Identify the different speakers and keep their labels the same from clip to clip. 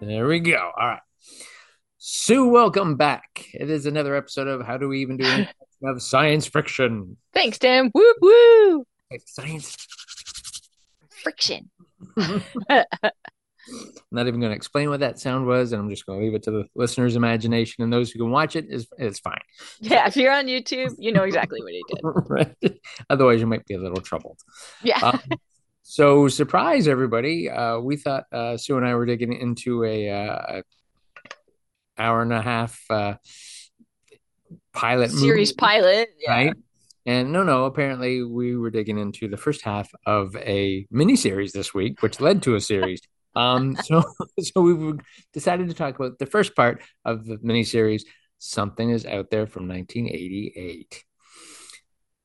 Speaker 1: There we go. All right. Sue, welcome back. It is another episode of How Do We Even Do An Introduction of Science Friction.
Speaker 2: Thanks, Tim. Woo woo.
Speaker 1: Science.
Speaker 2: Friction.
Speaker 1: Not even going to explain what that sound was, and I'm just going to leave it to the listener's imagination. And those who can watch it is it's fine.
Speaker 2: Yeah, if you're on YouTube, you know exactly what he did.
Speaker 1: Right? Otherwise, you might be a little troubled.
Speaker 2: Yeah.
Speaker 1: Um, so, surprise, everybody! Uh, we thought uh, Sue and I were digging into a, uh, a hour and a half uh, pilot
Speaker 2: Series
Speaker 1: movie,
Speaker 2: pilot. Yeah.
Speaker 1: right? And no, no. Apparently, we were digging into the first half of a mini series this week, which led to a series. um, so, so we decided to talk about the first part of the mini series. Something is out there from 1988,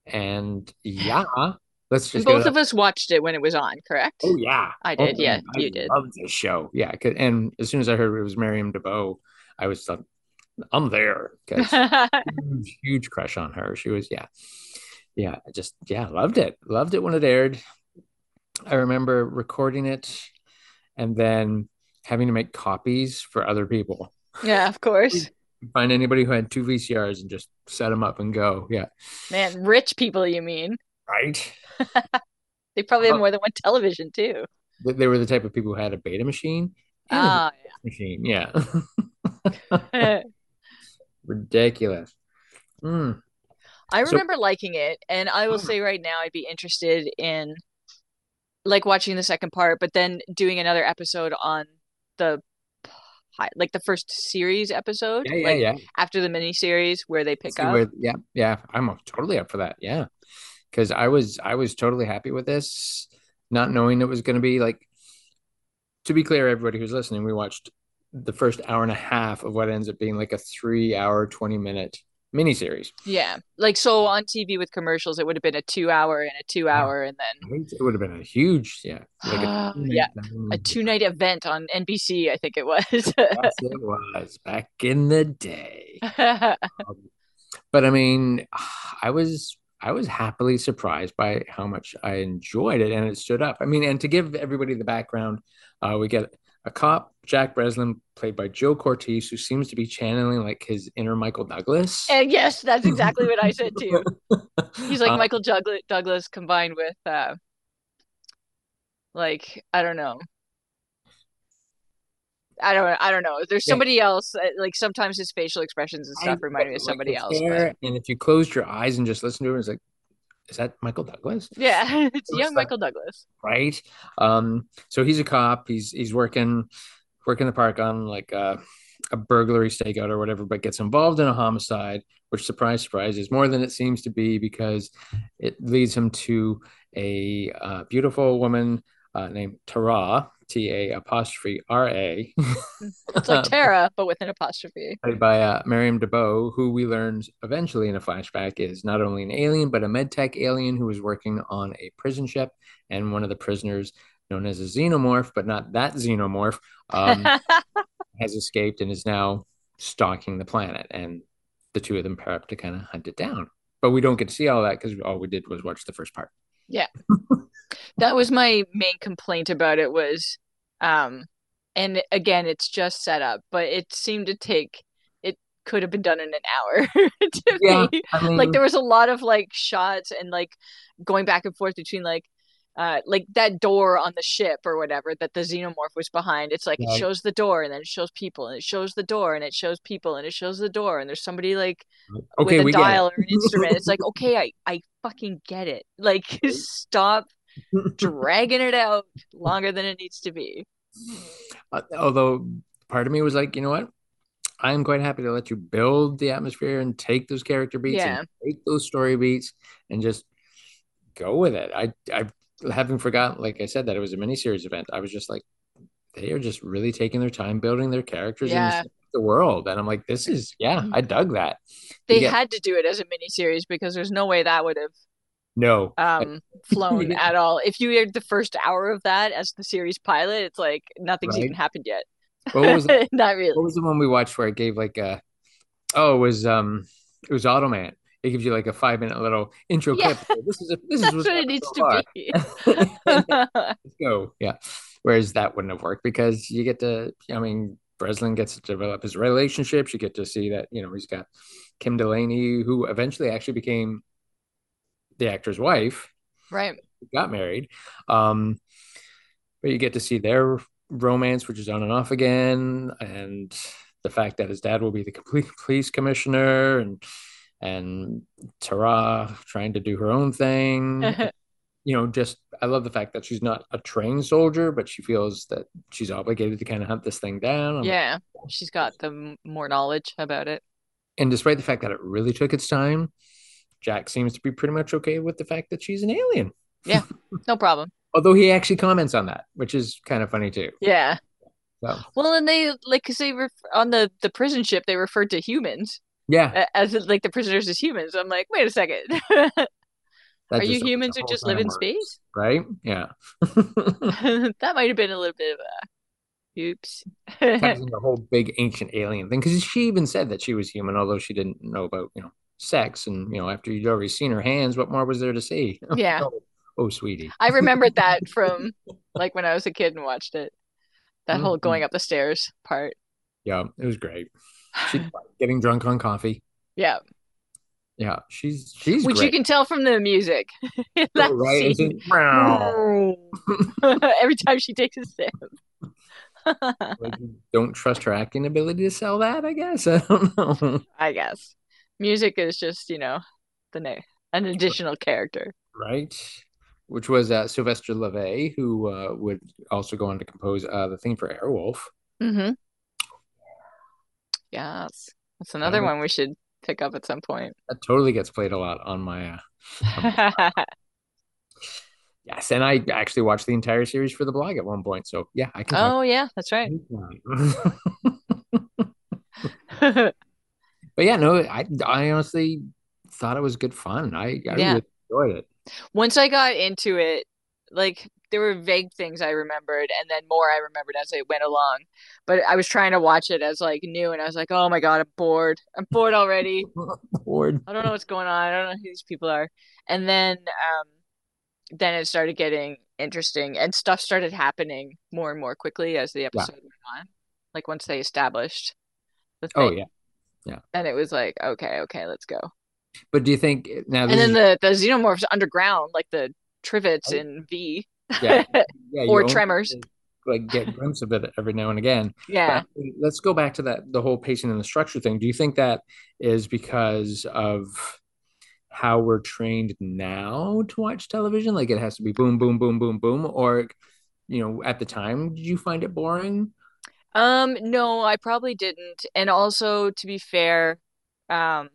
Speaker 1: and yeah, let's
Speaker 2: And
Speaker 1: just
Speaker 2: Both
Speaker 1: get it
Speaker 2: of us watched it when it was on, correct?
Speaker 1: Oh yeah,
Speaker 2: I did,
Speaker 1: Oh,
Speaker 2: yeah,
Speaker 1: I
Speaker 2: you did.
Speaker 1: Love this show, yeah. 'cause- And as soon as I heard it was Miriam DeBow, I was like, I'm there. 'cause huge, huge crush on her. She was, yeah, yeah, I just yeah, loved it. Loved it when it aired. I remember recording it, and then having to make copies for other people.
Speaker 2: yeah, of course.
Speaker 1: Find anybody who had two VCRs and just set them up and go. Yeah,
Speaker 2: Man, rich people, you mean?
Speaker 1: right.
Speaker 2: They probably have
Speaker 1: Oh.
Speaker 2: more than one television, too.
Speaker 1: They- They were the type of people who had a beta machine and a
Speaker 2: Ah,
Speaker 1: VCR machine. Yeah.
Speaker 2: yeah.
Speaker 1: ridiculous. Mm.
Speaker 2: I
Speaker 1: So-
Speaker 2: remember liking it, and I will
Speaker 1: Mm.
Speaker 2: say right now, I'd be interested in like watching the second part, but then doing another episode on the pi- like the first series episode,
Speaker 1: Yeah, yeah,
Speaker 2: like
Speaker 1: yeah.
Speaker 2: after the miniseries where they pick
Speaker 1: See
Speaker 2: up.
Speaker 1: where- yeah, yeah. I'm totally up for that. Yeah, because I was I was totally happy with this, not knowing it was going to be like. To be clear, everybody who's listening, we watched the first hour and a half of what ends up being like a three-hour, twenty-minute miniseries.
Speaker 2: Yeah. Like so on TV with commercials, it would have been a two hour and a two hour and then
Speaker 1: It would have been a huge, yeah, like
Speaker 2: Ah,
Speaker 1: two-night
Speaker 2: yeah,
Speaker 1: thing.
Speaker 2: a two night event on NBC, I think it was.
Speaker 1: Yes, it was back in the day. but I mean, I was I was happily surprised by how much I enjoyed it, and it stood up. I mean, and to give everybody the background, uh, we get a cop, Jack Breslin, played by Joe Cortese, who seems to be channeling like his inner Michael Douglas.
Speaker 2: and yes, that's exactly what I said too. He's like
Speaker 1: Uh,
Speaker 2: Michael Jugla- Douglas combined with uh like I don't know. I don't I don't know. There's
Speaker 1: Yeah.
Speaker 2: somebody else uh, like sometimes his facial expressions and
Speaker 1: I
Speaker 2: stuff remind me of
Speaker 1: like
Speaker 2: somebody
Speaker 1: his
Speaker 2: else.
Speaker 1: hair, and if you closed your eyes and just listened to it, it's like, is that Michael Douglas?
Speaker 2: but- yeah, it's
Speaker 1: was
Speaker 2: young
Speaker 1: like-
Speaker 2: Michael Douglas.
Speaker 1: right? Um, so he's a cop. He's he's working working the park on like a, a burglary stakeout or whatever, but gets involved in a homicide, which surprise surprise is more than it seems to be because it leads him to a uh, beautiful woman uh, named Tara T A apostrophe R A,
Speaker 2: It's
Speaker 1: Uh,
Speaker 2: like Tara, but with an apostrophe.
Speaker 1: played by uh, Miriam DeBow, who we learn eventually in a flashback is not only an alien, but a medtech alien who was working on a prison ship. And one of the prisoners, known as a xenomorph, but not that xenomorph, um, has escaped and is now stalking the planet. And the two of them pair up to kind of hunt it down. But we don't get to see all that because all we did was watch the first part.
Speaker 2: that was my main complaint about it was um and again it's just set up but it seemed to take it could have been done in an hour to
Speaker 1: Yeah, mm.
Speaker 2: me
Speaker 1: I mean,
Speaker 2: like there was a lot of like shots and like going back and forth between like uh like that door on the ship or whatever that the xenomorph was behind it's like
Speaker 1: Right.
Speaker 2: it shows the door and then it shows people and it shows the door and it shows people and it shows the door and there's somebody like
Speaker 1: okay,
Speaker 2: with
Speaker 1: we
Speaker 2: a
Speaker 1: get it.
Speaker 2: dial or an instrument. It's like, okay, I, I fucking get it. Like, stop dragging it out longer than it needs to be.
Speaker 1: Uh, although part of me was like, you know what? I'm quite happy to let you build the atmosphere and take those character beats
Speaker 2: Yeah.
Speaker 1: and take those story beats and just go with it. I I having forgotten, like I said, that it was a miniseries event. I was just like, they are just really taking their time building their characters
Speaker 2: Yeah. Mm-hmm.
Speaker 1: in the world. And I'm like, this is yeah, I dug that.
Speaker 2: They
Speaker 1: Yeah.
Speaker 2: had to do it as a miniseries because there's no way that would have
Speaker 1: No.
Speaker 2: um flown
Speaker 1: Yeah.
Speaker 2: at all. If you aired the first hour of that as the series pilot, it's like nothing's
Speaker 1: Right.
Speaker 2: even happened yet.
Speaker 1: What was that?
Speaker 2: Not really.
Speaker 1: what was the one we watched where it gave like a oh it was um it was Automan. It gives you like a five minute little intro
Speaker 2: Yeah.
Speaker 1: clip. This is a, this is
Speaker 2: That's
Speaker 1: what's
Speaker 2: what it
Speaker 1: happened
Speaker 2: needs
Speaker 1: so
Speaker 2: to
Speaker 1: far.
Speaker 2: be.
Speaker 1: Let's go. Yeah. Whereas that wouldn't have worked because you get to, I mean, Breslin gets to develop his relationships. You get to see that, you know, he's got Kim Delaney, who eventually actually became the actor's wife.
Speaker 2: Right.
Speaker 1: Got married. Um, but you get to see their romance, which is on and off again, and the fact that his dad will be the complete police commissioner and and Tara trying to do her own thing.
Speaker 2: Uh-huh.
Speaker 1: you know, just I love the fact that she's not a trained soldier, but she feels that she's obligated to kind of hunt this thing down. I'm
Speaker 2: yeah, she's got the more knowledge about it.
Speaker 1: And despite the fact that it really took its time, Jack seems to be pretty much okay with the fact that she's an alien.
Speaker 2: Yeah, no problem.
Speaker 1: Although he actually comments on that, which is kind of funny too.
Speaker 2: Yeah.
Speaker 1: So.
Speaker 2: Well, and they like because they ref- on the the prison ship they referred to humans
Speaker 1: Yeah.
Speaker 2: a- as like the prisoners as humans. I'm like, wait a second,
Speaker 1: that
Speaker 2: are you
Speaker 1: just opens
Speaker 2: humans
Speaker 1: a
Speaker 2: who
Speaker 1: whole
Speaker 2: just
Speaker 1: can
Speaker 2: live
Speaker 1: of
Speaker 2: in
Speaker 1: worms,
Speaker 2: space?
Speaker 1: Right? Yeah.
Speaker 2: that might have been a little bit of a oops.
Speaker 1: Ties into the whole big ancient alien thing because she even said that she was human, although she didn't know about you know sex and you know after you'd already seen her hands, what more was there to see?
Speaker 2: Yeah.
Speaker 1: oh, oh, sweetie.
Speaker 2: I remembered that from like when I was a kid and watched it. That whole
Speaker 1: Mhm.
Speaker 2: going up the stairs part.
Speaker 1: Yeah, it was great. She's getting drunk on coffee.
Speaker 2: yeah,
Speaker 1: Yeah, she's she's
Speaker 2: which you
Speaker 1: great.
Speaker 2: can tell from the music. in
Speaker 1: Oh,
Speaker 2: that
Speaker 1: right?
Speaker 2: scene.
Speaker 1: Isn't- Meow.
Speaker 2: Every time she takes a sip.
Speaker 1: Like, you don't trust her acting ability to sell that. I guess I don't know.
Speaker 2: I guess. Music is just, you know, the na- an additional character.
Speaker 1: right? Which was uh, Sylvester LeVay, who uh, would also go on to compose uh, the theme for Airwolf.
Speaker 2: Mm-hmm. Yes. That's another
Speaker 1: Yeah.
Speaker 2: one we should pick up at some point.
Speaker 1: That totally gets played a lot on my. Uh, yes, and I actually watched the entire series for the blog at one point. So yeah, I can. talk
Speaker 2: oh yeah, that's right.
Speaker 1: anytime. but yeah, no, I I honestly thought it was good fun. I, I
Speaker 2: Yeah.
Speaker 1: really enjoyed it.
Speaker 2: Once I got into it, like there were vague things I remembered and then more I remembered as I went along. But I was trying to watch it as like new and I was like, "Oh my god, I'm bored. I'm bored already."
Speaker 1: Bored.
Speaker 2: I don't know what's going on. I don't know who these people are. And then um then it started getting interesting and stuff started happening more and more quickly as the episode went on. Like once they established the thing.
Speaker 1: Oh yeah,
Speaker 2: And it was like, okay, okay, let's go.
Speaker 1: but do you think now?
Speaker 2: And
Speaker 1: This
Speaker 2: then
Speaker 1: is,
Speaker 2: the, the xenomorphs underground, like the trivets
Speaker 1: Right.
Speaker 2: in V.
Speaker 1: Oh. yeah, yeah, you
Speaker 2: or
Speaker 1: only
Speaker 2: Tremors.
Speaker 1: Like get glimpse of it every now and again.
Speaker 2: Yeah.
Speaker 1: But let's go back to that the whole pacing and the structure thing. Do you think that is because of how we're trained now to watch television? Like it has to be boom, boom, boom, boom, boom, or you know, at the time, did you find it boring?
Speaker 2: Um, no, I probably didn't. And also, to be fair, um,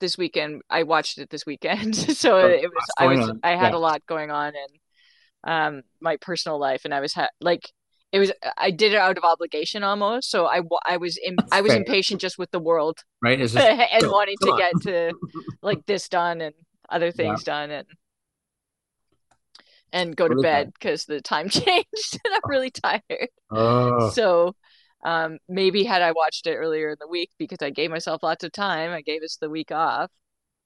Speaker 2: this weekend I watched it this weekend, so
Speaker 1: Oh,
Speaker 2: it was
Speaker 1: lots
Speaker 2: I
Speaker 1: going
Speaker 2: was
Speaker 1: on.
Speaker 2: I had
Speaker 1: Yeah.
Speaker 2: a lot going on in um my personal life, and I was ha like it was I did it out of obligation almost, so I wa- I was im I was
Speaker 1: Fair.
Speaker 2: impatient just with the world
Speaker 1: Right? It's just
Speaker 2: and
Speaker 1: go,
Speaker 2: wanting
Speaker 1: come
Speaker 2: to
Speaker 1: on.
Speaker 2: get to like this done and other things done and and go to
Speaker 1: Totally fair.
Speaker 2: bed because the time changed and I'm really tired.
Speaker 1: oh,
Speaker 2: So um, maybe had I watched it earlier in the week because I gave myself lots of time, I gave us the week off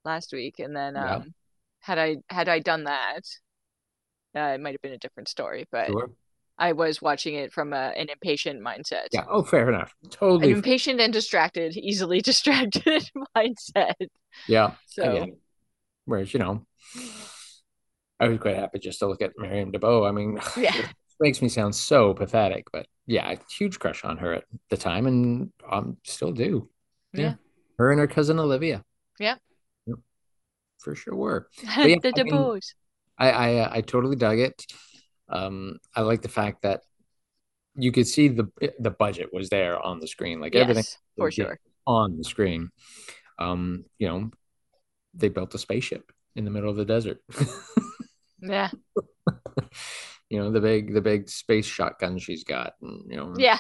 Speaker 2: last week, and then
Speaker 1: Yeah.
Speaker 2: um, had I had I done that, uh, it might have been a different story. But
Speaker 1: sure.
Speaker 2: I was watching it from a, an impatient mindset,
Speaker 1: Yeah. Oh, fair enough.
Speaker 2: an
Speaker 1: Totally. fair.
Speaker 2: impatient and distracted, easily distracted mindset.
Speaker 1: Yeah. I
Speaker 2: So
Speaker 1: get it. Whereas, you know, I was quite happy just to look at Miriam DeBow. I mean,
Speaker 2: Yeah.
Speaker 1: it makes me sound so pathetic, but yeah, I- huge crush on her at the time and um, still do.
Speaker 2: Yeah.
Speaker 1: Her and her cousin Olivia.
Speaker 2: Yeah.
Speaker 1: Yep. For sure were. yeah,
Speaker 2: the
Speaker 1: I mean-
Speaker 2: DeBose.
Speaker 1: I, I uh, I totally dug it. Um, I like the fact that you could see the the budget was there on the screen. Like everything
Speaker 2: yes, for sure.
Speaker 1: on the screen. Um, you know, they built a spaceship in the middle of the desert.
Speaker 2: Yeah,
Speaker 1: Mm-hmm. you know, the big the big space shotgun she's got, and you know,
Speaker 2: yeah.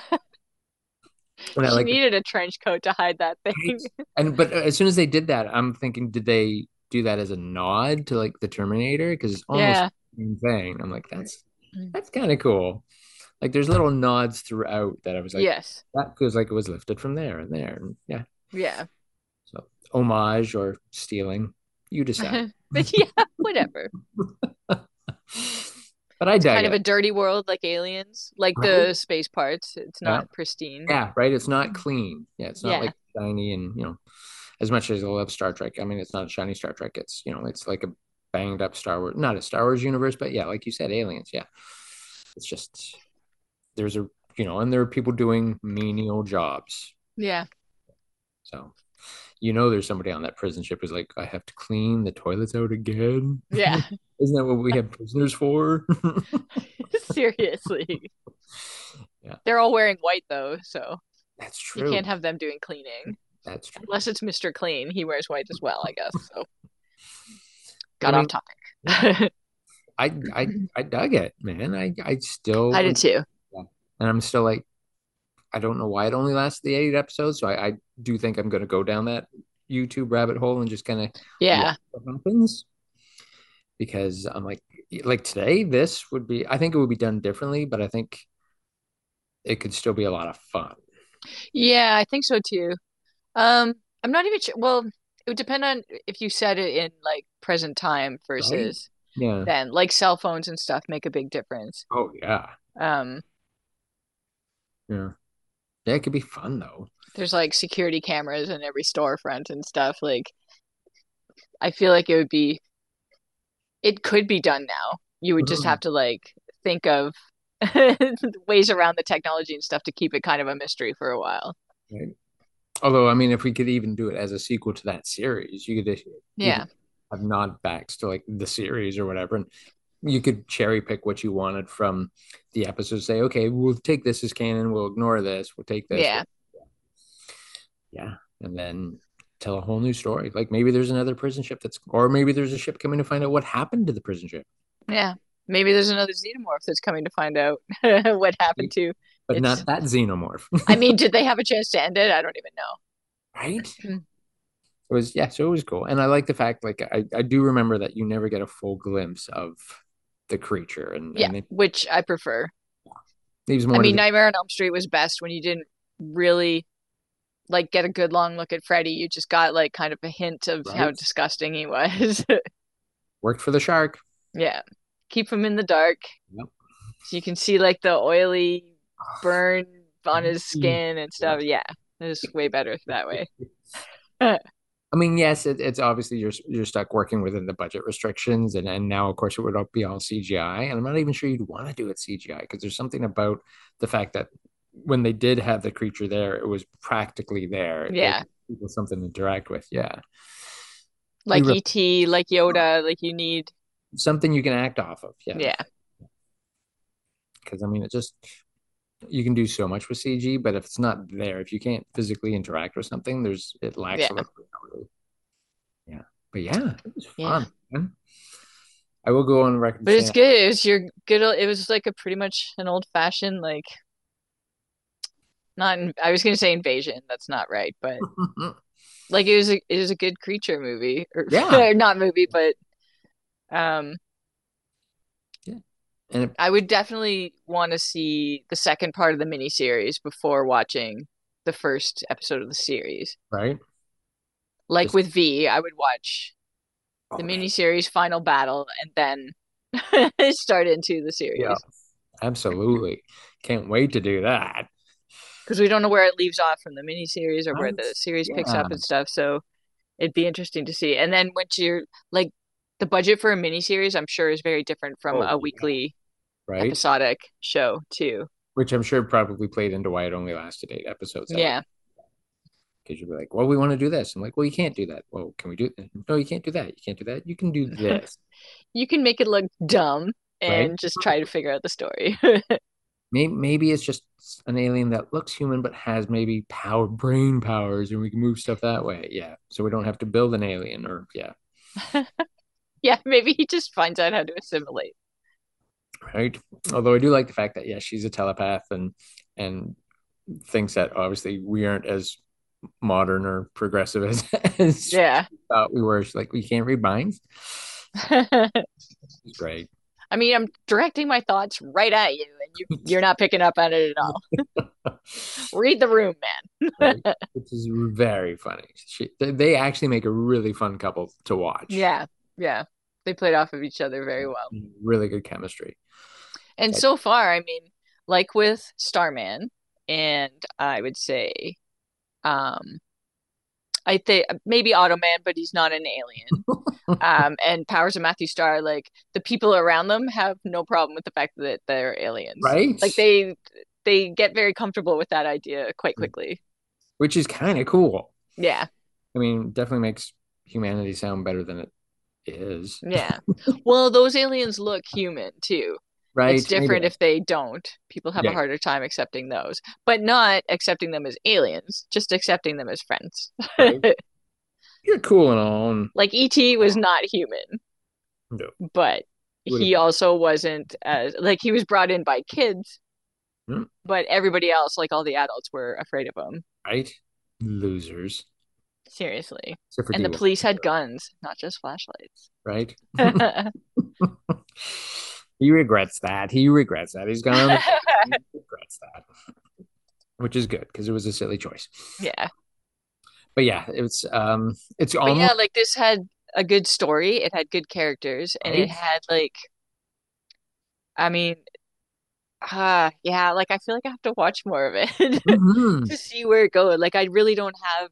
Speaker 1: And I
Speaker 2: She
Speaker 1: like,
Speaker 2: needed a trench coat to hide that thing.
Speaker 1: and but uh, as soon as they did that, I'm thinking, did they do that as a nod to like the Terminator? Because it's almost
Speaker 2: Yeah.
Speaker 1: same thing. I'm like, that's
Speaker 2: Mm.
Speaker 1: that's kind of cool. Like there's little nods throughout that I was like,
Speaker 2: Yes.
Speaker 1: that feels like it was lifted from there and there. And yeah.
Speaker 2: Yeah.
Speaker 1: So homage or stealing, you decide.
Speaker 2: but yeah, whatever.
Speaker 1: But I
Speaker 2: it's
Speaker 1: dig
Speaker 2: kind of
Speaker 1: it.
Speaker 2: a dirty world like aliens, like the
Speaker 1: Right.
Speaker 2: space parts. It's
Speaker 1: Yeah.
Speaker 2: not pristine.
Speaker 1: yeah, right. It's not clean. Yeah, it's not
Speaker 2: Yeah.
Speaker 1: like shiny and you know, as much as I love Star Trek. I mean, it's not a shiny Star Trek. It's you know, it's like a banged up Star Wars, not a Star Wars universe, but yeah, like you said, aliens. Yeah, it's just there's a you know, and there are people doing menial jobs.
Speaker 2: Yeah.
Speaker 1: So you know, there's somebody on that prison ship who's like, I have to clean the toilets out again.
Speaker 2: Yeah.
Speaker 1: Isn't that what we have prisoners for?
Speaker 2: Seriously.
Speaker 1: Yeah.
Speaker 2: They're all wearing white though, so
Speaker 1: That's
Speaker 2: you
Speaker 1: true.
Speaker 2: can't have them doing cleaning.
Speaker 1: That's true.
Speaker 2: Unless it's Mr. Clean. He wears white as well, I guess. So
Speaker 1: I
Speaker 2: got
Speaker 1: mean,
Speaker 2: off topic.
Speaker 1: I I I dug it, man. I I still
Speaker 2: I did too.
Speaker 1: and I'm still like, I don't know why it only lasts the eight episodes. So I, I do think I'm going to go down that YouTube rabbit hole and just kind of
Speaker 2: Yeah.
Speaker 1: watch what happens because I'm like, like today, this would be. I think it would be done differently, but I think it could still be a lot of fun.
Speaker 2: Yeah, I think so too. Um, I'm not even sure. Well, it would depend on if you said it in like present time versus
Speaker 1: Yeah.
Speaker 2: then. Like cell phones and stuff make a big difference.
Speaker 1: Oh yeah,
Speaker 2: Um,
Speaker 1: yeah, yeah. It could be fun though.
Speaker 2: there's like security cameras in every storefront and stuff. Like, I feel like it would be, it could be done now. You would just
Speaker 1: Mhm.
Speaker 2: have to like think of ways around the technology and stuff to keep it kind of a mystery for a while.
Speaker 1: Although, I mean, if we could even do it as a sequel to that series, you could
Speaker 2: Yeah.
Speaker 1: have nod backs to like the series or whatever. And you could cherry pick what you wanted from the episode. Say, okay, we'll take this as canon. We'll ignore this. We'll take this.
Speaker 2: Yeah.
Speaker 1: Yeah. And then tell a whole new story. Like maybe there's another prison ship that's, or maybe there's a ship coming to find out what happened to the prison ship,
Speaker 2: Yeah. Maybe there's another xenomorph that's coming to find out what happened to.
Speaker 1: but
Speaker 2: It's-
Speaker 1: not that xenomorph.
Speaker 2: I mean, did they have a chance to end it? I don't even know.
Speaker 1: right?
Speaker 2: Hmm.
Speaker 1: It was yeah, so it was cool, and I like the fact like I I do remember that you never get a full glimpse of the creature, and,
Speaker 2: Yeah,
Speaker 1: and it
Speaker 2: which I prefer.
Speaker 1: leaves more.
Speaker 2: I
Speaker 1: to
Speaker 2: mean,
Speaker 1: the-
Speaker 2: Nightmare on Elm Street was best when you didn't really like get a good long look at Freddy. You just got like kind of a hint of how
Speaker 1: Right.
Speaker 2: disgusting he was.
Speaker 1: worked for the shark.
Speaker 2: Yeah. Keep him in the dark.
Speaker 1: Yep.
Speaker 2: So you can see like the oily burn on his
Speaker 1: Mm.
Speaker 2: skin and stuff. Yeah. It's way better that way.
Speaker 1: I mean, yes, it, it's obviously you're you're stuck working within the budget restrictions, and and now of course it would all be all CGI, and I'm not even sure you'd want to do it CGI because there's something about the fact that when they did have the creature there, it was practically there. It
Speaker 2: Yeah.
Speaker 1: gave people something to interact with. Yeah,
Speaker 2: Like
Speaker 1: re-
Speaker 2: E.T., like Yoda, like you need.
Speaker 1: something you can act off of. Yeah,
Speaker 2: Yeah.
Speaker 1: because I mean, it just you can do so much with CG, but if it's not there, if you can't physically interact with something, there's it lacks
Speaker 2: Yeah.
Speaker 1: a little bit. really. Yeah, but yeah, it was
Speaker 2: Yeah.
Speaker 1: fun. Man. I will go on record.
Speaker 2: But it's
Speaker 1: saying
Speaker 2: good. It was your good. ol- It was like a pretty much an old fashioned, like, not, in, I was going to say invasion. That's not right. But like it was a, it was a good creature movie. Or,
Speaker 1: Yeah.
Speaker 2: not movie, but um,
Speaker 1: and it,
Speaker 2: I would definitely want to see the second part of the miniseries before watching the first episode of the series.
Speaker 1: right
Speaker 2: Like
Speaker 1: Just-
Speaker 2: with V, I would watch the
Speaker 1: Oh,
Speaker 2: miniseries final battle and then start into the series
Speaker 1: Yeah, absolutely. Can't wait to do that.
Speaker 2: because we don't know where it leaves off from the miniseries or where
Speaker 1: Right?
Speaker 2: the series picks up
Speaker 1: Yeah.
Speaker 2: and stuff. So it'd be interesting to see. And then once you're like the budget for a miniseries, I'm sure is very different from
Speaker 1: Oh, yeah.
Speaker 2: a weekly
Speaker 1: Right,
Speaker 2: episodic show too.
Speaker 1: which I'm sure probably played into why it only lasted eight episodes.
Speaker 2: Yeah.
Speaker 1: because you'd be like, "Well, we want to do this." I'm like, "Well, you can't do that." Well, can we do? No, you can't do that. You can't do that. You can do this.
Speaker 2: You can make it look dumb
Speaker 1: Right.
Speaker 2: and just try to figure out the story.
Speaker 1: maybe, maybe it's just an alien that looks human but has maybe power brain powers and we can move stuff that way yeah so we don't have to build an alien or yeah
Speaker 2: yeah, maybe he just finds out how to assimilate.
Speaker 1: right although i do like the fact that yeah she's a telepath and and thinks that obviously we aren't as modern or progressive as, as she
Speaker 2: Yeah.
Speaker 1: thought we were She's like we can't read minds
Speaker 2: I
Speaker 1: it's great
Speaker 2: mean, I'm directing my thoughts right at you and you you're not picking up on it at all. Read the room, man.
Speaker 1: Right? which is very funny she, they- they actually make a really fun couple to watch
Speaker 2: Yeah. Yeah. They played off of each other very well.
Speaker 1: Really good chemistry.
Speaker 2: And
Speaker 1: Like-
Speaker 2: so far, I mean, like with Starman, and I would say, um, I think maybe Automan, but he's not an alien. um, and Powers of Matthew Star, like the people around them have no problem with the fact that they're aliens.
Speaker 1: Right?
Speaker 2: Like they they get very comfortable with that idea quite quickly.
Speaker 1: Which is kind of cool.
Speaker 2: Yeah,
Speaker 1: I mean, definitely makes humanity sound better than it is.
Speaker 2: yeah. Well, those aliens look human too.
Speaker 1: Right?
Speaker 2: It's different
Speaker 1: Maybe.
Speaker 2: if they don't. People have
Speaker 1: Yeah.
Speaker 2: a harder time accepting those, but not accepting them as aliens, just accepting them as friends.
Speaker 1: Right. You're cool and all. and-
Speaker 2: Like ET was not human,
Speaker 1: No.
Speaker 2: but
Speaker 1: Would've
Speaker 2: he
Speaker 1: been.
Speaker 2: also wasn't as like he was brought in by kids,
Speaker 1: Hmm.
Speaker 2: but everybody else, like all the adults, were afraid of him.
Speaker 1: Right? Losers.
Speaker 2: Seriously.
Speaker 1: Except for
Speaker 2: And the
Speaker 1: D-Wall,
Speaker 2: police had guns, not just flashlights.
Speaker 1: right? he regrets that. He regrets that. He's gone. on the- he regrets that. Which is good because it was a silly choice.
Speaker 2: yeah.
Speaker 1: But yeah, it's um it's
Speaker 2: But
Speaker 1: almost
Speaker 2: yeah, like this had a good story. It had good characters, and
Speaker 1: Right?
Speaker 2: it had like, I mean, uh, yeah, like I feel like I have to watch more of it
Speaker 1: Mhm.
Speaker 2: to see where it goes. Like I really don't have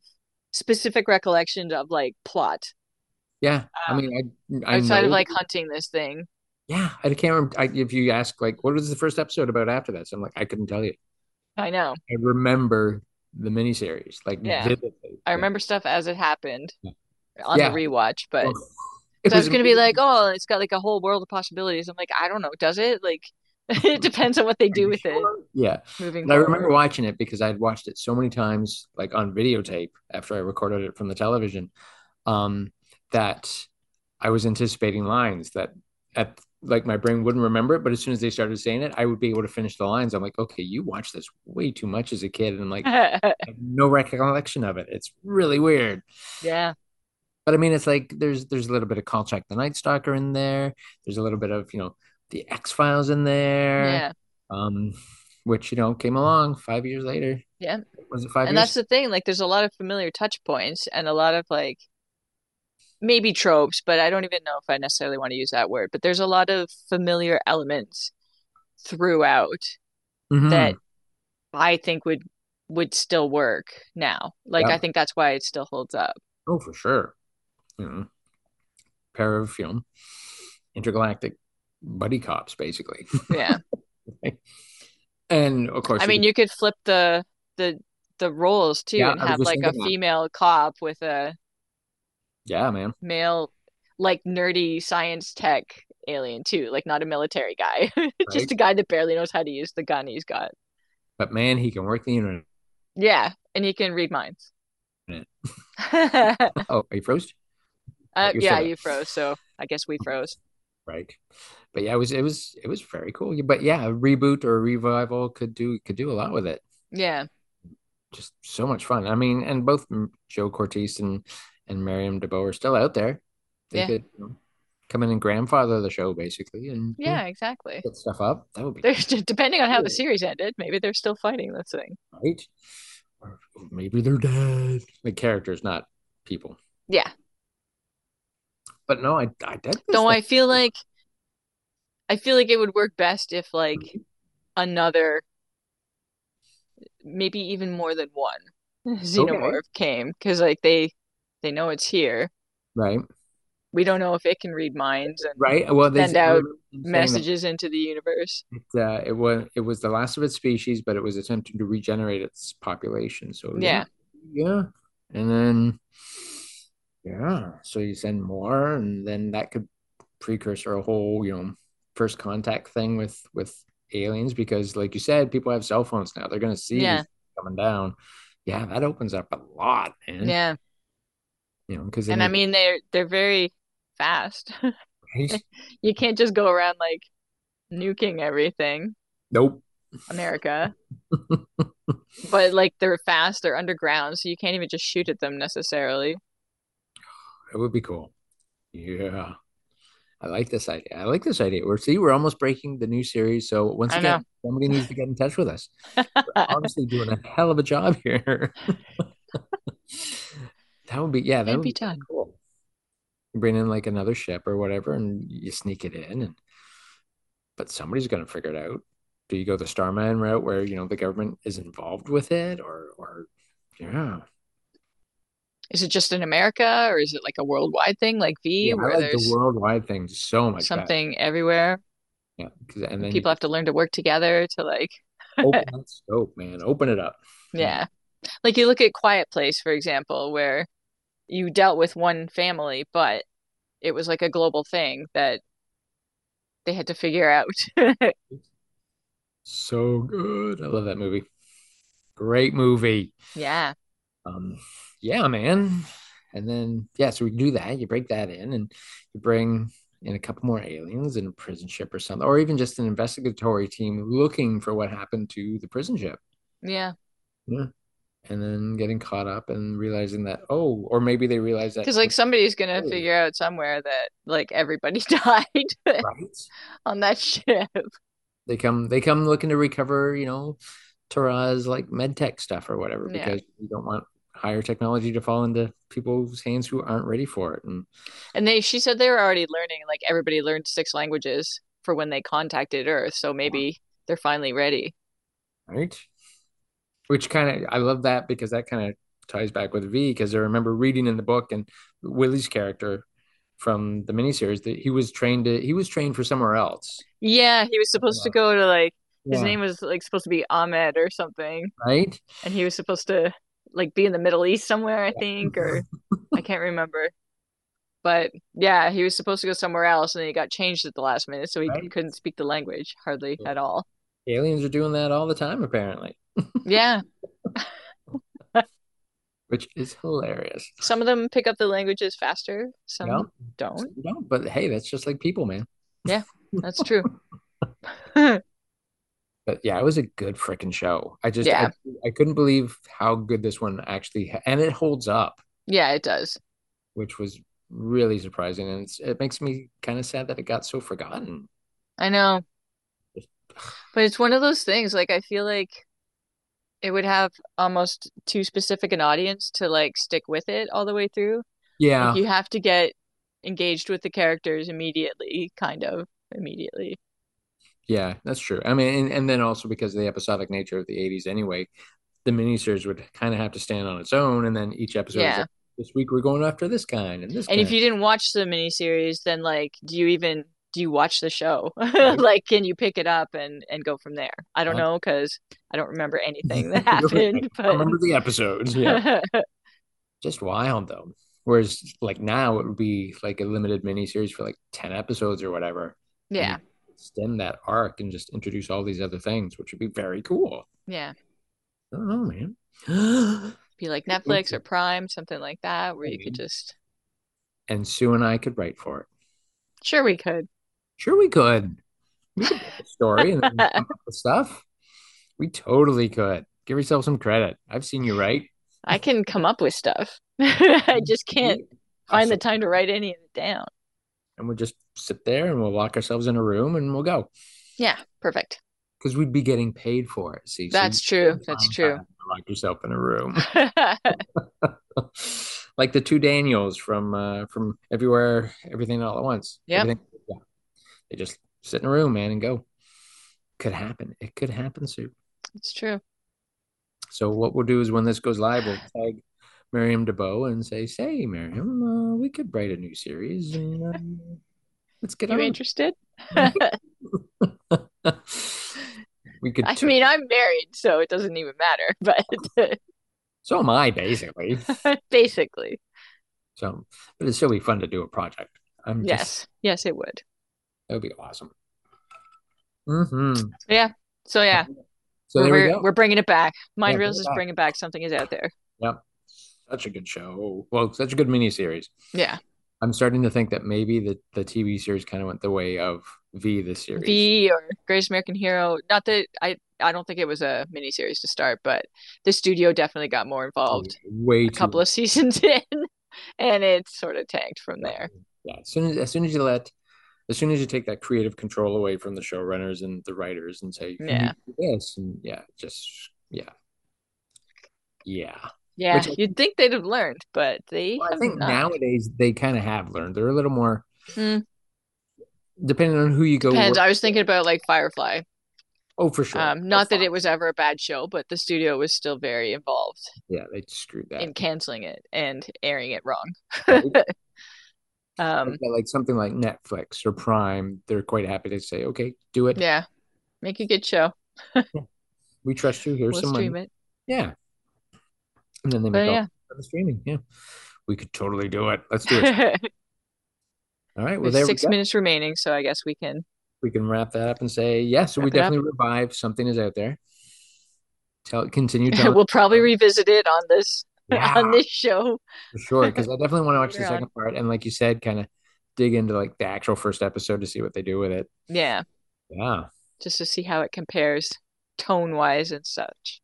Speaker 2: specific recollection of like plot
Speaker 1: Yeah. I
Speaker 2: Um,
Speaker 1: mean I I
Speaker 2: outside
Speaker 1: know-
Speaker 2: of like hunting this thing.
Speaker 1: Yeah, I can't remember I, if you ask like what was the first episode about after this? I'm like, I couldn't tell you.
Speaker 2: I know.
Speaker 1: I remember the miniseries, like
Speaker 2: Yeah.
Speaker 1: vividly.
Speaker 2: I remember stuff as it happened on
Speaker 1: Yeah. Oh.
Speaker 2: the rewatch, but
Speaker 1: Well,
Speaker 2: so I was gonna be
Speaker 1: amazing.
Speaker 2: like, oh, it's got like a whole world of possibilities. I'm like, I don't know, does it? Like, it depends on what they do with it
Speaker 1: Yeah.
Speaker 2: moving
Speaker 1: And I remember
Speaker 2: forward.
Speaker 1: watching it because I had watched it so many times, like on videotape after I recorded it from the television, um, that I was anticipating lines that at like my brain wouldn't remember it, but as soon as they started saying it, I would be able to finish the lines. I'm like, okay, you watched this way too much as a kid, and I'm like, I have no recollection of it. It's really weird.
Speaker 2: Yeah.
Speaker 1: But I mean, it's like there's there's a little bit of Kolchak the Night Stalker in there. There's a little bit of you know the X Files in there.
Speaker 2: Yeah.
Speaker 1: um, which you know came along five years later.
Speaker 2: Yeah.
Speaker 1: was it five
Speaker 2: And that's
Speaker 1: years?
Speaker 2: the thing, like there's a lot of familiar touch points and a lot of like maybe tropes, but I don't even know if I necessarily want to use that word, but there's a lot of familiar elements throughout
Speaker 1: Mhm.
Speaker 2: that I think would would still work now. Like
Speaker 1: Yeah.
Speaker 2: I think that's why it still holds up.
Speaker 1: oh for sure. You know, pair of you know intergalactic buddy cops basically,
Speaker 2: Yeah.
Speaker 1: and of course
Speaker 2: I mean, you could flip the the the roles too
Speaker 1: Yeah,
Speaker 2: and
Speaker 1: I was
Speaker 2: have
Speaker 1: just
Speaker 2: like a
Speaker 1: thinking that.
Speaker 2: female cop with a
Speaker 1: yeah man
Speaker 2: male like nerdy science tech alien too, like not a military guy,
Speaker 1: Right.
Speaker 2: just a guy that barely knows how to use the gun he's got.
Speaker 1: but man he can work the internet.
Speaker 2: Yeah, and he can read minds.
Speaker 1: Yeah.
Speaker 2: Uh,
Speaker 1: Oh, are you froze? You're still
Speaker 2: yeah,
Speaker 1: there.
Speaker 2: you froze, so I guess we froze.
Speaker 1: Right, but yeah, it was it was it was very cool. But yeah, a reboot or a revival could do could do a lot with it.
Speaker 2: Yeah,
Speaker 1: Just so much fun. I mean, and both Joe Cortese and and Miriam DeBoer are still out there. They
Speaker 2: Yeah.
Speaker 1: could you know, come in and grandfather the show basically, and you know,
Speaker 2: yeah, exactly.
Speaker 1: Get stuff up. That would be
Speaker 2: There's depending on how
Speaker 1: Cool.
Speaker 2: the series ended, maybe they're still fighting this thing.
Speaker 1: great. Or maybe they're dead. Like characters, not people.
Speaker 2: Yeah.
Speaker 1: But no, I I did. this
Speaker 2: Though I
Speaker 1: thing.
Speaker 2: feel like I feel like it would work best if like another maybe even more than one xenomorph came because like they they know it's here.
Speaker 1: right,
Speaker 2: We don't know if it can read minds and
Speaker 1: right. Well, they
Speaker 2: Send out
Speaker 1: saying that
Speaker 2: messages into the universe.
Speaker 1: It, uh, it was it was the last of its species, but it was attempting to regenerate its population. So
Speaker 2: Yeah.
Speaker 1: yeah, and then yeah, so you send more, and then that could precursor a whole you know first contact thing with with aliens because, like you said, people have cell phones now; they're going to see these
Speaker 2: Yeah.
Speaker 1: things coming down. Yeah, that opens up a lot, man.
Speaker 2: Yeah.
Speaker 1: You know, because
Speaker 2: And I mean they're they're very fast.
Speaker 1: mean,
Speaker 2: You can't just go around like nuking everything,
Speaker 1: nope,
Speaker 2: America. But like they're fast, they're underground, so you can't even just shoot at them necessarily.
Speaker 1: It would be cool. Yeah. I like this idea. I like this idea. We're see, we're almost breaking the new series. So once
Speaker 2: I
Speaker 1: again, somebody needs to get in touch with us. We're obviously doing a hell of a job here. that would be yeah, that
Speaker 2: It'd
Speaker 1: would
Speaker 2: be
Speaker 1: be
Speaker 2: done.
Speaker 1: cool. bring in like another ship or whatever, and you sneak it in. And but somebody's going to figure it out. Do you go the Starman route where you know the government is involved with it, or or yeah?
Speaker 2: Is it just in America, or is it like a worldwide thing, like V,
Speaker 1: Yeah, I
Speaker 2: where
Speaker 1: like
Speaker 2: there's
Speaker 1: the worldwide thing so much. better.
Speaker 2: something everywhere?
Speaker 1: Yeah, 'cause- and then you
Speaker 2: People have to learn to work together to like,
Speaker 1: open that scope, man. Open it up.
Speaker 2: yeah, like you look at Quiet Place, for example, where you dealt with one family, but it was like a global thing that they had to figure out.
Speaker 1: So good. I love that movie. Great movie.
Speaker 2: Yeah.
Speaker 1: Um, yeah, man. And then yeah, so we do that. You break that in, and you bring in a couple more aliens in a prison ship or something, or even just an investigatory team looking for what happened to the prison ship.
Speaker 2: Yeah.
Speaker 1: And then getting caught up and realizing that oh, or maybe they realize that
Speaker 2: Because like somebody's gonna
Speaker 1: Hey.
Speaker 2: figure out somewhere that like everybody died
Speaker 1: right.
Speaker 2: on that ship.
Speaker 1: They come they come looking to recover, you know, Tara's like med tech stuff or whatever,
Speaker 2: Yeah.
Speaker 1: because you don't want higher technology to fall into people's hands who aren't ready for it. And
Speaker 2: And they she said they were already learning, like everybody learned six languages for when they contacted Earth, so maybe they're finally ready.
Speaker 1: right? Which kind of I love that because that kind of ties back with V because I remember reading in the book and Willie's character from the miniseries that he was trained to he was trained for somewhere else.
Speaker 2: Yeah, he was supposed to go to like his
Speaker 1: Yeah.
Speaker 2: name was like supposed to be Ahmed or something,
Speaker 1: Right?
Speaker 2: and he was supposed to like be in the Middle East somewhere, I think, or I can't remember. But yeah, he was supposed to go somewhere else, and then he got changed at the last minute, so he
Speaker 1: Right.
Speaker 2: couldn't speak the language hardly
Speaker 1: Yeah.
Speaker 2: at all.
Speaker 1: Aliens are doing that all the time apparently,
Speaker 2: Yeah,
Speaker 1: which is hilarious.
Speaker 2: some of them pick up the languages faster, some
Speaker 1: Yeah.
Speaker 2: don't.
Speaker 1: No, but hey, that's just like people, man.
Speaker 2: That's true.
Speaker 1: But yeah, it was a good freaking show. I just
Speaker 2: Yeah.
Speaker 1: I, I couldn't believe how good this one actually ha- and it holds up,
Speaker 2: Yeah, it does.
Speaker 1: which was really surprising and it's, it makes me kind of sad that it got so forgotten.
Speaker 2: I know. But it's one of those things, like, I feel like it would have almost too specific an audience to like stick with it all the way through.
Speaker 1: Yeah.
Speaker 2: Like, you have to get engaged with the characters immediately, kind of immediately.
Speaker 1: Yeah, that's true. I mean, and, and then also because of the episodic nature of the 80s anyway, the miniseries would kind of have to stand on its own. And then each episode is
Speaker 2: Yeah.
Speaker 1: like, this week we're going after this kind and this
Speaker 2: And
Speaker 1: kind.
Speaker 2: if you didn't watch the miniseries, then like, do you even do you watch the show?
Speaker 1: Right.
Speaker 2: Like, can you pick it up and and go from there? I don't
Speaker 1: Yeah.
Speaker 2: know because I don't remember anything that
Speaker 1: You don't
Speaker 2: happened,
Speaker 1: I remember the episodes. Yeah.
Speaker 2: but
Speaker 1: Just wild though. Whereas like now it would be like a limited miniseries for like 10 episodes or whatever.
Speaker 2: yeah,
Speaker 1: Stem that arc and just introduce all these other things, which would be very cool.
Speaker 2: yeah.
Speaker 1: I don't know, man.
Speaker 2: Be like
Speaker 1: Good
Speaker 2: Netflix or
Speaker 1: thinking.
Speaker 2: Prime, something like that, where you could
Speaker 1: Mhm.
Speaker 2: just
Speaker 1: and Sue and I could write for it.
Speaker 2: sure we could.
Speaker 1: Sure, we could. We could write a story and then come up with stuff. We totally could. Give yourself some credit. I've seen you write.
Speaker 2: I can come up with stuff. I just can't find the time to write any of it down.
Speaker 1: And we'll just sit there and we'll lock ourselves in a room and we'll go
Speaker 2: Yeah, perfect.
Speaker 1: because we'd be getting paid for it. See, So
Speaker 2: That's
Speaker 1: you
Speaker 2: true.
Speaker 1: couldn't
Speaker 2: That's
Speaker 1: find
Speaker 2: true.
Speaker 1: time to Lock yourself in a room, like the two Daniels from uh, from everywhere, everything all at once.
Speaker 2: Yep.
Speaker 1: Everything- yeah. They just sit in a room, man, and go. Could happen. It could happen soon.
Speaker 2: It's true.
Speaker 1: So what we'll do is when this goes live, we'll tag Miriam DeBow and say, "Say, Miriam, uh, we could write a new series and uh, let's get
Speaker 2: You
Speaker 1: on."
Speaker 2: interested?
Speaker 1: we could.
Speaker 2: I
Speaker 1: t-
Speaker 2: mean, I'm married, so it doesn't even matter, but
Speaker 1: so am I, basically.
Speaker 2: basically,
Speaker 1: so, but it'd still be fun to do a project. I'm Mm, just
Speaker 2: yes, yes, it would.
Speaker 1: that would be awesome. hmm
Speaker 2: So yeah,
Speaker 1: So there
Speaker 2: we're
Speaker 1: we go.
Speaker 2: we're bringing it back.
Speaker 1: Yeah,
Speaker 2: Mind
Speaker 1: bring
Speaker 2: Reels
Speaker 1: it
Speaker 2: is
Speaker 1: back.
Speaker 2: bringing back something is out there.
Speaker 1: Such a good show. Well, such a good miniseries.
Speaker 2: Yeah,
Speaker 1: I'm starting to think that maybe the, the TV series kind of went the way of V this series.
Speaker 2: V or Greatest American Hero. Not that I I don't think it was a miniseries to start, but the studio definitely got more involved
Speaker 1: Way
Speaker 2: a
Speaker 1: too
Speaker 2: couple of seasons in, and it sort of tanked from
Speaker 1: Yeah.
Speaker 2: there.
Speaker 1: Yeah, as soon as as soon as you let, as soon as you take that creative control away from the showrunners and the writers and say, "Can you
Speaker 2: Yeah.
Speaker 1: do this?" and yeah, just yeah, yeah.
Speaker 2: Yeah,
Speaker 1: Which-
Speaker 2: you'd think they'd have learned, but they
Speaker 1: Well, I
Speaker 2: have
Speaker 1: think
Speaker 2: not.
Speaker 1: nowadays they kind of have learned. They're a little more
Speaker 2: Hmm.
Speaker 1: depending on who you go.
Speaker 2: Depends.
Speaker 1: work-
Speaker 2: I was thinking about like Firefly.
Speaker 1: oh, for sure.
Speaker 2: Um, not that
Speaker 1: Firefly.
Speaker 2: it was ever a bad show, but the studio was still very involved
Speaker 1: Yeah, they screwed that.
Speaker 2: in canceling it and airing it wrong.
Speaker 1: Right.
Speaker 2: um,
Speaker 1: But, like something like Netflix or Prime, they're quite happy to say, "Okay, do it.
Speaker 2: yeah, make a good show.
Speaker 1: We trust you. Here's
Speaker 2: we'll
Speaker 1: some money."
Speaker 2: stream it.
Speaker 1: Yeah. And then they
Speaker 2: But
Speaker 1: make all
Speaker 2: yeah,
Speaker 1: for the streaming. Yeah, we could totally do it. Let's do it.
Speaker 2: there's
Speaker 1: All right. Well, there we
Speaker 2: six
Speaker 1: go.
Speaker 2: minutes remaining, so I guess we can.
Speaker 1: We can wrap that up and say, yes, we
Speaker 2: Wrap it up.
Speaker 1: definitely revived. Something is out there. Tell, continue telling.
Speaker 2: we'll probably revisit it on this
Speaker 1: yeah,
Speaker 2: on this show.
Speaker 1: for sure. Because I definitely want to watch the
Speaker 2: Later on.
Speaker 1: second part, and like you said, kind of dig into like the actual first episode to see what they do with it.
Speaker 2: Yeah,
Speaker 1: Yeah.
Speaker 2: just to see how it compares tone wise and such.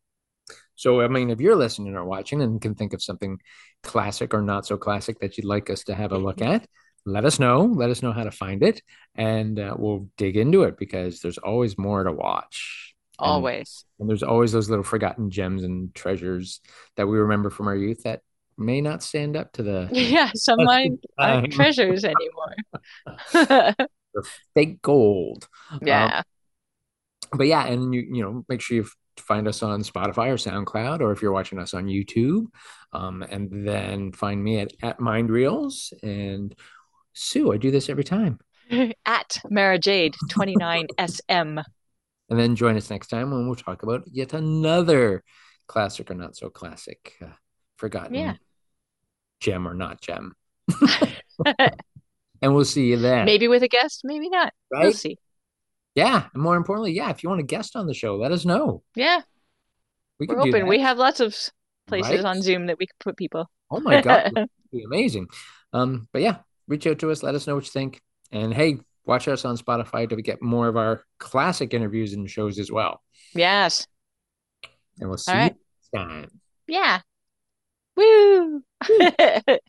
Speaker 1: So, I mean, if you're listening or watching and can think of something classic or not so classic that you'd like us to have a look at, let us know. Let us know how to find it, and uh, we'll dig into it because there's always more to watch. And-
Speaker 2: Always.
Speaker 1: And there's always those little forgotten gems and treasures that we remember from our youth that may not stand up to the
Speaker 2: yeah, some aren't, aren't
Speaker 1: Um,
Speaker 2: treasures anymore.
Speaker 1: fake gold.
Speaker 2: yeah,
Speaker 1: But yeah, and you you know make sure you find us on Spotify or SoundCloud, or if you're watching us on YouTube, um, and then find me at at Mind Reels and Sue. I do this every time,
Speaker 2: at Mara Jade 29 SM.
Speaker 1: and then join us next time when we'll talk about yet another classic or not so classic, uh, forgotten
Speaker 2: Yeah.
Speaker 1: gem or not gem. and we'll see you then.
Speaker 2: Maybe with a guest, maybe not. We'll
Speaker 1: right?
Speaker 2: see.
Speaker 1: Yeah. And more importantly, yeah, if you want a guest on the show, let us know.
Speaker 2: Yeah,
Speaker 1: We
Speaker 2: we're
Speaker 1: could do
Speaker 2: open.
Speaker 1: that.
Speaker 2: We have lots of s- places
Speaker 1: Right?
Speaker 2: on Zoom that we could put people.
Speaker 1: Oh my god, that'd be amazing. Um, but yeah, reach out to us, let us know what you think, and hey, watch us on Spotify to get more of our classic interviews and shows as well.
Speaker 2: Yes.
Speaker 1: And we'll see
Speaker 2: right.
Speaker 1: you next time.
Speaker 2: Yeah. Woo.